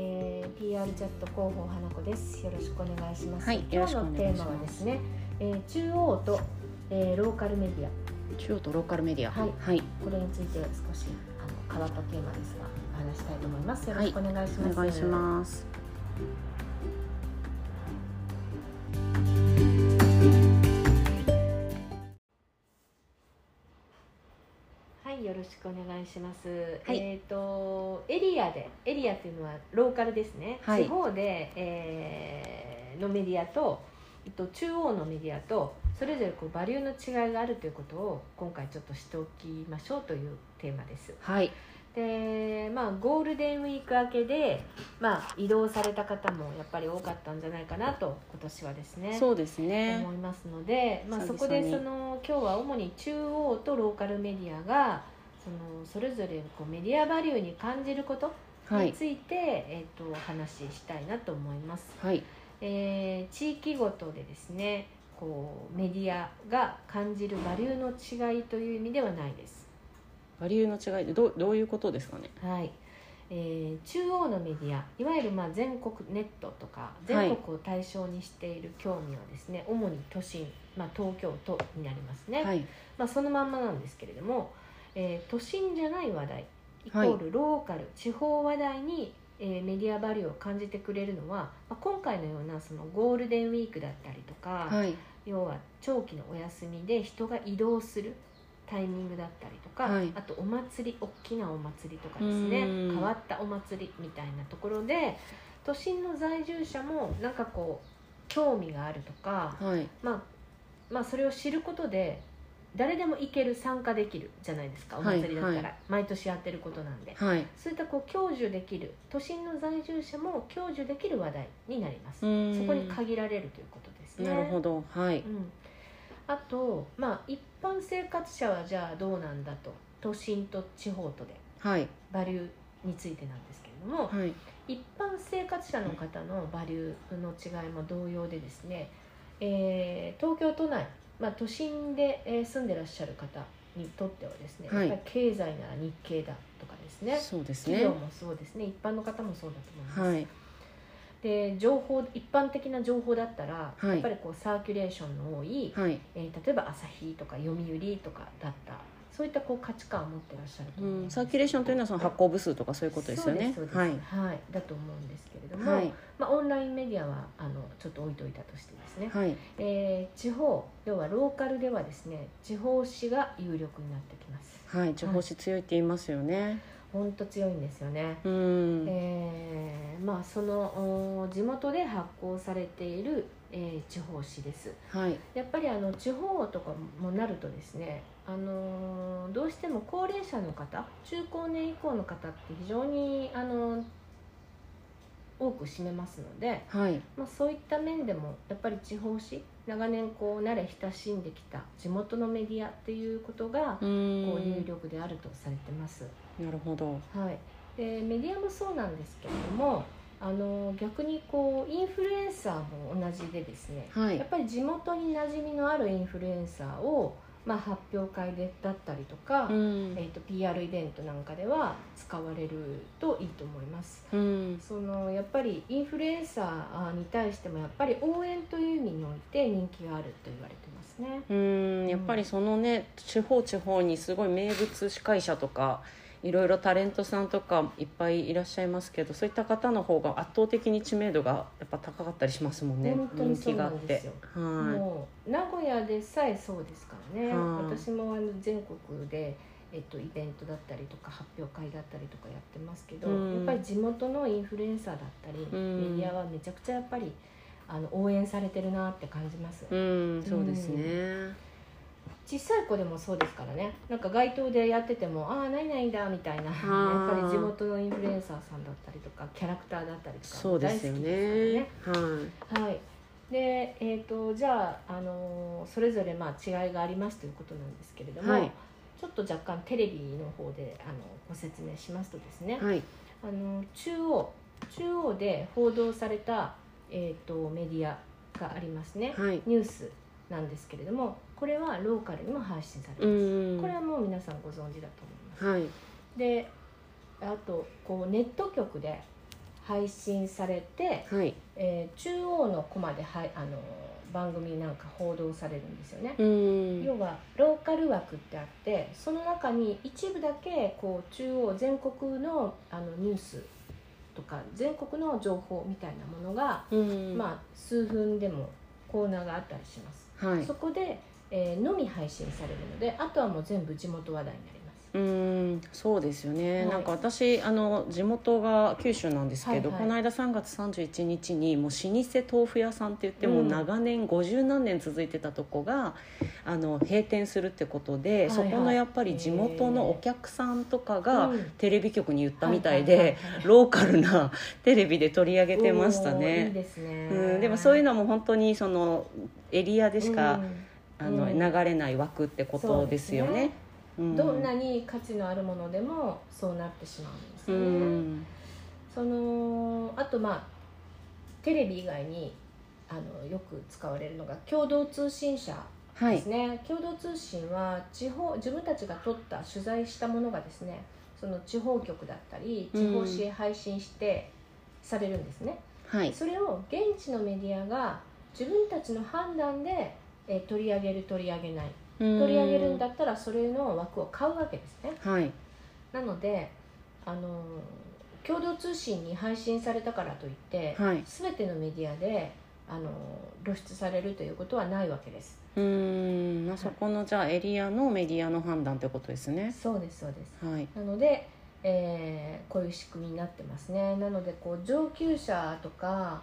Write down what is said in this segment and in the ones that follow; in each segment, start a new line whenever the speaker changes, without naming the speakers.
チャット広報花子です。よろしくお願いします。
はい
今日の
よろしくお願いしま
テ
す
ーマはですね、えー中央と、えーローカルメディア
中央とローカルメディア
はい
はい、
これについて少しあの変わったテーマですがお話したいと思います。よろしくお願いします。
お願いします
はい、よろしくお願いします。
はい
えっ、とエリアでエリアっていうのはローカルですね。
はい
地方で、えーのメディアと、えっと中央のメディアとそれぞれこうバリューの違いがあるということを今回ちょっとしておきましょうというテーマです。
はい
で、まあゴールデンウィーク明けで、まあ移動された方もやっぱり多かったんじゃないかなと今年はですね。
そうですね
思いますので、まあ、そ
久々に
こでその今日は主に中央とローカルメディアがそのそれぞれこうメディアバリューに感じること
は
に
い
ついて、えっとお話ししたいなと思います、
はい
えー地域ごとでですねこうメディアが感じるバリューの違いという意味ではないです、
バリューの違いでどうどういうことですかね
はいえー中央のメディアいわゆるまあ全国ネットとか全国を対象にしている興味はですね、主に都心、まあ、東京都になりますね、
はい
まあ、そのまんまなんですけれども、えー都心じゃない話題イコ
はい
ールローカル、地方話題に、えーメディアバリューを感じてくれるのは、まあ、今回のようなそのゴールデンウィークだったりとか、
はい
要は長期のお休みで人が移動するタイミングだったりとか、
はい
あとお祭り大きなお祭りとかですね
うん
変わったお祭りみたいなところで都心の在住者もなんかこう興味があるとか、
はい
まあ、まあそれを知ることで誰でも行ける参加できるじゃないですかお祭りだったら、
はいは
毎年やってることなんで
はい
そういったこう享受できる都心の在住者も享受できる話題になります
う
そ
ーん
こに限られるということですね
なるほどはい
うん、あとまあ一般生活者はじゃあどうなんだと都心と地方とで
はい
バリューについてなんですけれども、
はい
一般生活者の方のバリューの違いも同様でですね、えー東京都内、まあ、都心でえー住んでらっしゃる方にとってはですね、
はい
やっぱり経済なら日経だとかですね
そうです
企
ね
業もそうですね一般の方もそうだと思います、
はい
で情報一般的な情報だったら、
はい
やっぱりこうサーキュレーションの多い、
はい
えー例えば朝日とか読売とかだったそういったこう価値観を持ってらっしゃると
う
思いま
ん
す
サーキュレーションというのはその発行部数とかそういうことですよね
そうですそう
は
で
い
すはい、だと思うんですけれども、
はい
まあ、オンラインメディアはあのちょっと置いといたとしてですね、
はい
えー地方要はローカルではですね地方紙が有力になってきます
はい情報誌強いって言いますよね
ほんと強いんですよね、
うん
えーまあそのお地元で発行されている、えー地方紙です
はい
やっぱりあの地方とかもなるとですね、あのーどうしても高齢者の方中高年以降の方って非常に、あのー多く占めますので、
はい
まあ、そういった面でもやっぱり地方紙長年こう慣れ親しんできた地元のメディアっていうことが
う
こう有
ん
力であるとされてます。
なるほど
はい、でメディアもそうなんですけれども、あのー逆にこうインフルエンサーも同じでですね
は
やっ
い
ぱり地元に馴染みのあるインフルエンサーを、まあ、発表会でだったりとか、
うん
えー、と PR イベントなんかでは使われるといいと思います
うん
そのやっぱりインフルエンサーに対してもやっぱり応援という意味において人気があると言われてますね
うんやっぱりそのね地方地方にすごい名物司会者とかいろいろタレントさんとかいっぱいいらっしゃいますけどそういった方の方が圧倒的に知名度がやっぱ高かったりしますもんね
本当に
人
そう
気が
な
あっ
んで
て
すよ
は
もう名古屋でさえそうですからね、
はい
私もあの全国で、えっと、イベントだったりとか発表会だったりとかやってますけど、
うん
やっぱり地元のインフルエンサーだったり、
うん
メディアはめちゃくちゃやっぱりあの応援されてるなって感じます、
いうんそうですね
小さい子でもそうですからねなんか街頭でやってても「ああ何々だ」みたいなやっぱり地元のインフルエンサーさんだったりとかキャラクターだったりとか
そうですよねは
はい、で、えー、とじゃあ、あのーそれぞれまあ違いがありますということなんですけれども、
はい
ちょっと若干テレビの方であのご説明しますとですね、
いはい
あの中央中央で報道された、えー、とメディアがありますね、
はい
ニュースなんですけれどもこれはローカルにも配信され
う
ます、
ん
これはもう皆さんご存知だと思います
はい
であとこうネット局で配信されて、
はい
えー中央のコマではいあの番組なんか報道されるんですよね。
うん
要はローカル枠ってあってその中に一部だけこう中央全国のあのニュースとか全国の情報みたいなものが、
うん
まあ、数分でもコーナーがあったりします、
はい
そこで、えーのみ配信されるのであとはもう全部地元話題になります
うーんそうですよね、
はい
なんか私あの地元が九州なんですけど、
はいはい
この間3月31日にもう老舗豆腐屋さんって言っても
う
うん長年50何年続いてたとこがあの閉店するってことで、
いはい
そこのやっぱり地元のお客さんとかが
うん
テレビ局に言ったみた
は
い
は
で
ははい
ローカルなテレビで取り上げてまし
お
た
ーいい
ね。
ですね、
うん、でもそういう
の
のも本当にそのエリアでしか、あの
うん
流れない枠ってことですよね。うん
どんなに価値のあるものでもそうなってしまうんです
う
よね、
ん
そのあとまあテレビ以外にあのよく使われるのが共同通信社
は
で
い
す。ね、共同通信は地方自分たちが撮った取材したものがですねその地方局だったり地方紙へ配信してされるんですね、
はい。
それを現地のメディアが自分たちの判断で、えー取り上げる取り上げない
取
取り上げるんだ。ったらそれの枠を買うわけですね
はい。
なのであの共同通信に配信されたからといって、
はい。
全てのメディアであの露出されるということはないわけです
うん。まあ、そこのじゃあエリアのメディアの判断ということですね。
そうですそうです
はい。
なので、えーこういう仕組みになってますねなのでこう上級者とか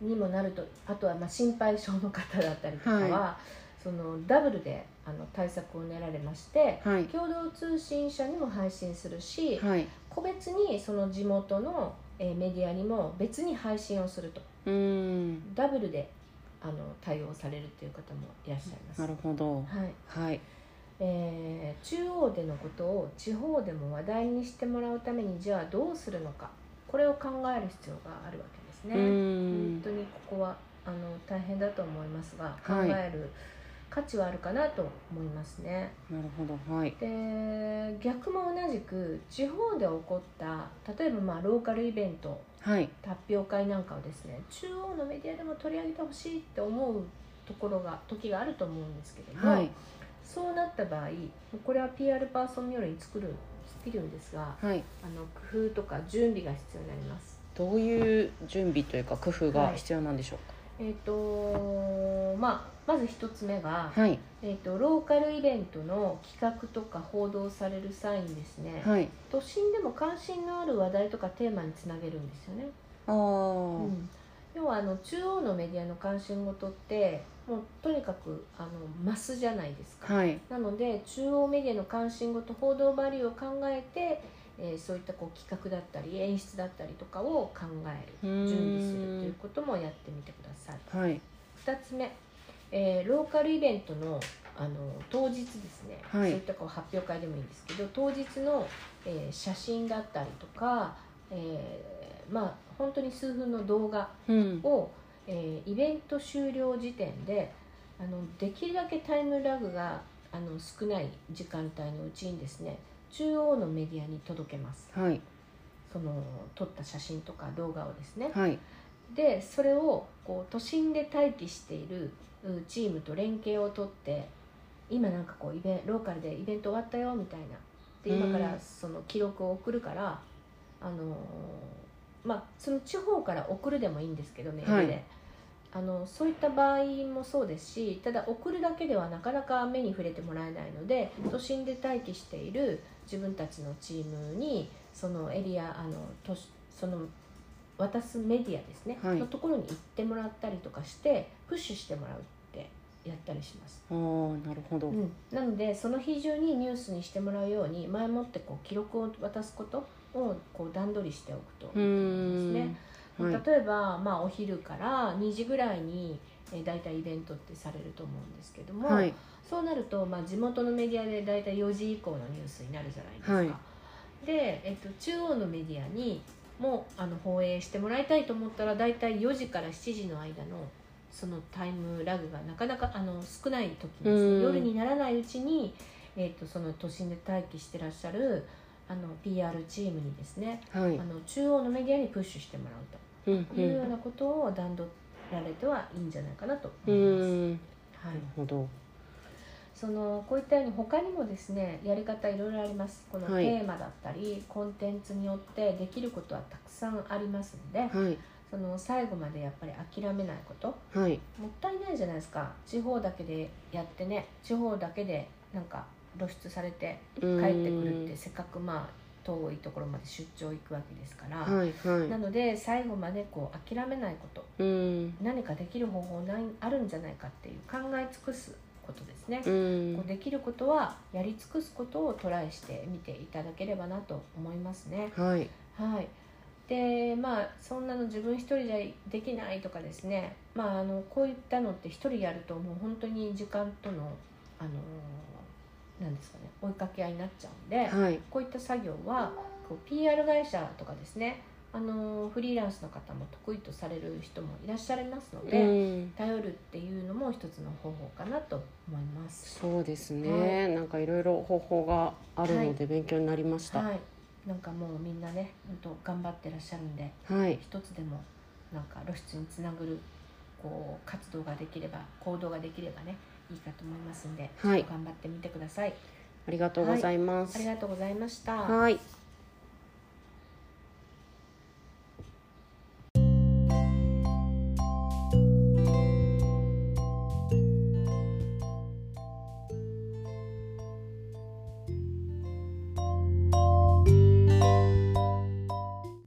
にもなるとあとはまあ心配性の方だったりとかは、
は
そのダブルであの対策を練られまして
はい。
共同通信社にも配信するし、
はい。
個別にその地元の、えーメディアにも別に配信をすると
うん。
ダブルであの対応されるという方もいらっしゃいます。
なるほど。
はい
はい。
えー中央でのことを地方でも話題にしてもらうためにじゃあどうするのかこれを考える必要があるわけです
う
ね。本
ん
当。にここはあの大変だと思いますが考
はい
える価値はあるかなと思いますね。
なるほど。はい。
で逆も同じく地方で起こった例えばまあローカルイベント
はい。
発表会なんかをですね中央のメディアでも取り上げてほしいって思うところが時があると思うんですけれども、
はい。
そうなった場合もうこれは PR パーソンによるに作る作るんですが
はい。
あの工夫とか準備が必要になります。
どういう準備というか工夫が必要なんでしょう
えーとまあ、まず一つ目が、
か。はい。
えー、とローカルイベントの企画とか報道される際にですね、
はい。
都心でも関心のある話題とかテーマにつなげるんですよね、
ああ。
うん要はあの中央のメディアの関心事ってもうとにかくあのマスじゃないですか、
はい。
なので中央メディアの関心事報道バリューを考えて、えーそういったこう企画だったり演出だったりとかを考える
準
準備するということもやってみてください
はい。
2つ目、えーローカルイベントのあの当日ですね、
はい
そういったこう発表会でもいいんですけど当日の、えー写真だったりとか、えーまあ本当に数分の動画
うん。
を、えーイベント終了時点であのできるだけタイムラグがあの少ない時間帯のうちにですね中央のメディアに届けます
はい。
その撮った写真とか動画をですね、
はい。
でそれをこう都心で待機しているうチームと連携を取って今なんかこうイベンローカルでイベント終わったよみたいなで今か
う
ら
ん
その記録を送るから、あのーまあその地方から送るでもいいんですけどメールで、
はい
あのそういった場合もそうですしただ送るだけではなかなか目に触れてもらえないので都心で待機している自分たちのチームにそのエリアあの都市その渡すメディアですね、
はい
のところに行ってもらったりとかしてプッシュしてもらうってやったりします、
ああ、なるほど
う。ん、なのでその日中にニュースにしてもらうように前もってこう記録を渡すことをこう段取りしておくといいと
う
思います
ん。
ね。
はい。
例えば、まあ、お昼から2時ぐらいに、えー、大体イベントってされると思うんですけども、
はい。
そうなると、まあ、地元のメディアで大体4時以降のニュースになるじゃないですか。
はい
で、えっと、中央のメディアにもあの放映してもらいたいと思ったら大体4時から7時の間のそのタイムラグがなかなかあの少ない時にですね、
うん
夜にならないうちに、えっと、その都心で待機してらっしゃるあの PR チームにですね
はい
あの中央のメディアにプッシュしてもらう
うん
と
う
いうようんなことを段取られてはいいんじゃないかなと
う
思います。
ん
は
ないる、ほど
そのこういったように他にもですねやり方いろいろありますこのテ
はい
ーマだったり、コンテンツによってできることはたくさんありますので
はい
その最後までやっぱり諦めないこと
はい
もったいないじゃないですか地方だけでやってね地方だけでなんか露出されて
帰
帰ってくるってせっかくまあ遠いところまで出張行くわけですから、
はい
な
は
ので最後までこう諦めないこと
いうん
何かできる方法ないあるんじゃないかっていう考え尽くすことですね
う、
こうんできることはやり尽くすことをトライしてみていただければなと思いますね。
はい
はいでまあそんなの自分一人じゃできないとかですね、まあ、あのこういったのって一人やるともう本当に時間との、あのなんですかね追いかけ合いになっちゃうんで、
はい
こういった作業はこう PR 会社とかですね、あのフリーランスの方も得意とされる人もいらっしゃいますので、
うん
頼るっていうのも一つの方法かなと思います。
そうですねなんかいろいろ方法があるので勉強になりました
はい、なんかもうみんなね本当頑張ってらっしゃるんで
はい
一つでもなんか露出につなぐるこう活動ができれば行動ができればねいいかと思いますんで、
はい
頑張ってみてください
ありがとうございま
あ
す
りがとうございました
はい